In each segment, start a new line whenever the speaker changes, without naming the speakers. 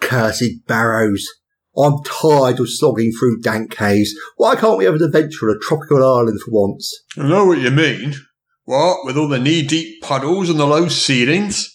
Cursed barrows. I'm tired of slogging through dank caves. Why can't we have an adventure on a tropical island for once?
I know what you mean. What, with all the knee deep puddles and the low ceilings?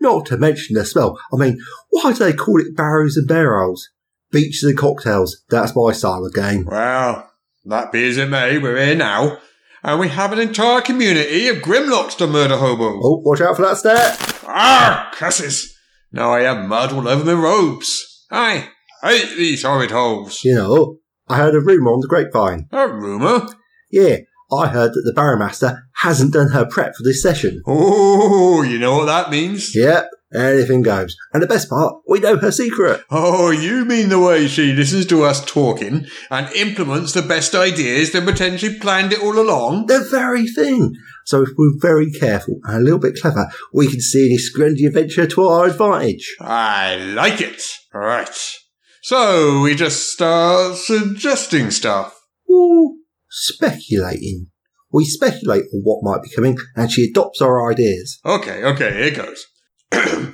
Not to mention the smell. I mean, why do they call it barrows and barrels? Beaches and cocktails. That's my style of game.
Well, that be as it may, we're here now. And we have an entire community of Grimlocks to murder hobos.
Oh, watch out for that stair.
Ah, curses! Now I have mud all over my robes. I hate these horrid holes.
You know, I heard a rumour on the grapevine.
A rumour?
Yeah, I heard that the Barrowmaster hasn't done her prep for this session.
Oh, you know what that means?
Yep, anything goes. And the best part, we know her secret.
Oh, you mean the way she listens to us talking and implements the best ideas, then pretends she planned it all along?
The very thing. So if we're very careful and a little bit clever, we can see this grindy adventure to our advantage.
I like it. Right. So we just start suggesting stuff.
Ooh, speculating. We speculate on what might be coming and she adopts our ideas.
Okay, okay, here goes.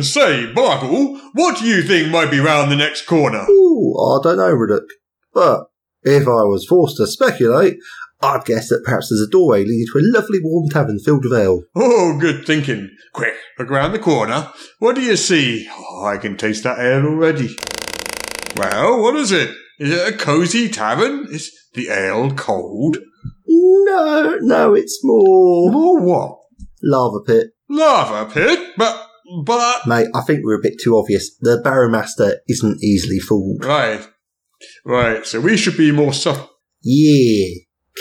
Say, Bible, what do you think might be round the next corner?
Ooh, I don't know, Riddick. But if I was forced to speculate, I'd guess that perhaps there's a doorway leading to a lovely warm tavern filled with ale.
Oh, good thinking. Quick, look round the corner. What do you see? Oh, I can taste that ale already. Well, what is it? Is it a cosy tavern? Is the ale cold?
No, no, it's more
Or what?
lava pit.
Lava pit? But, but...
Mate, I think we're a bit too obvious. The Barrowmaster isn't easily fooled.
Right. Right, so we should be more subtle.
Yeah.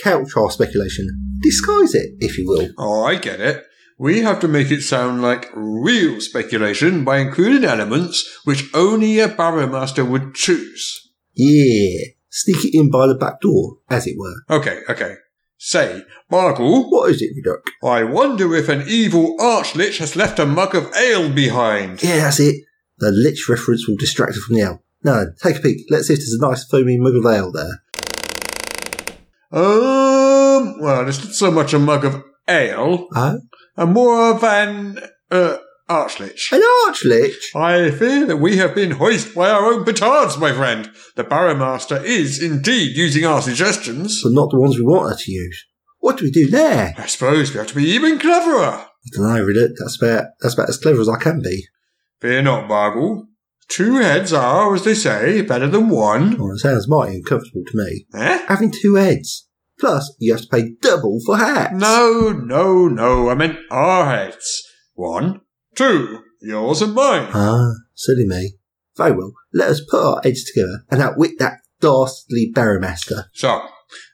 Couch our speculation. Disguise it, if you will.
Oh, I get it. We have to make it sound like real speculation by including elements which only a Barrowmaster would choose.
Yeah. Sneak it in by the back door, as it were.
Okay, okay. Say, Margle,
What is it, Reduck?
I wonder if an evil archlich has left a mug of ale behind.
Yeah, that's it. The Lich reference will distract her from the ale. Now then, take a peek. Let's see if there's a nice foamy mug of ale there.
Um, well, it's not so much a mug of ale,
Oh?
and more of an, uh, archlich.
An Archlich?
I fear that we have been hoisted by our own petards, my friend. The Barrowmaster is indeed using our suggestions.
But not the ones we want her to use. What do we do there?
I suppose we have to be even cleverer.
I don't know, Reduck. That's about, that's about as clever as I can be.
Fear not, Margle. Two heads are, as they say, better than one.
Well, it sounds mighty uncomfortable to me.
Eh?
having two heads. Plus, you have to pay double for hats.
No, no, no. I meant our heads. One, two. Yours and mine.
Ah, silly me. Very well, let us put our heads together and outwit that dastardly Barrowmaster.
So,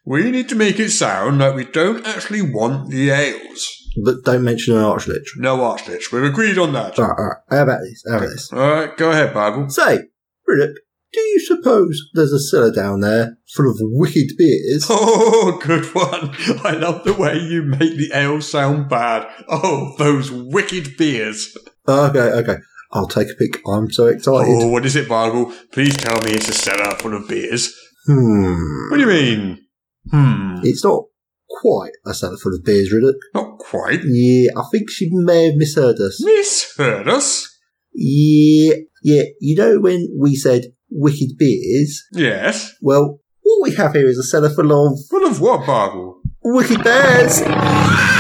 we need to make it sound like we don't actually want the ales.
But don't mention an archlich.
No, Archlich. We've agreed on that.
Alright, alright, how about this? How about this?
Alright, go ahead, Margle.
Say, Riddick, do you suppose there's a cellar down there full of wicked beers?
Oh, good one. I love the way you make the ale sound bad. Oh, those wicked beers.
okay, Ah, okay. I'll take a pic. I'm so excited.
Oh, what is it, Margle? Please tell me it's a cellar full of beers.
Hmm.
What do you mean? Hmm.
It's not quite a cellar full of beers, Riddick.
Not quite.
Yeah, I think she may have misheard us.
Misheard us?
Yeah, yeah. You know when we said wicked beers?
Yes.
Well, what we have here is a cellar full of
Full of what, Margle?
wicked bears.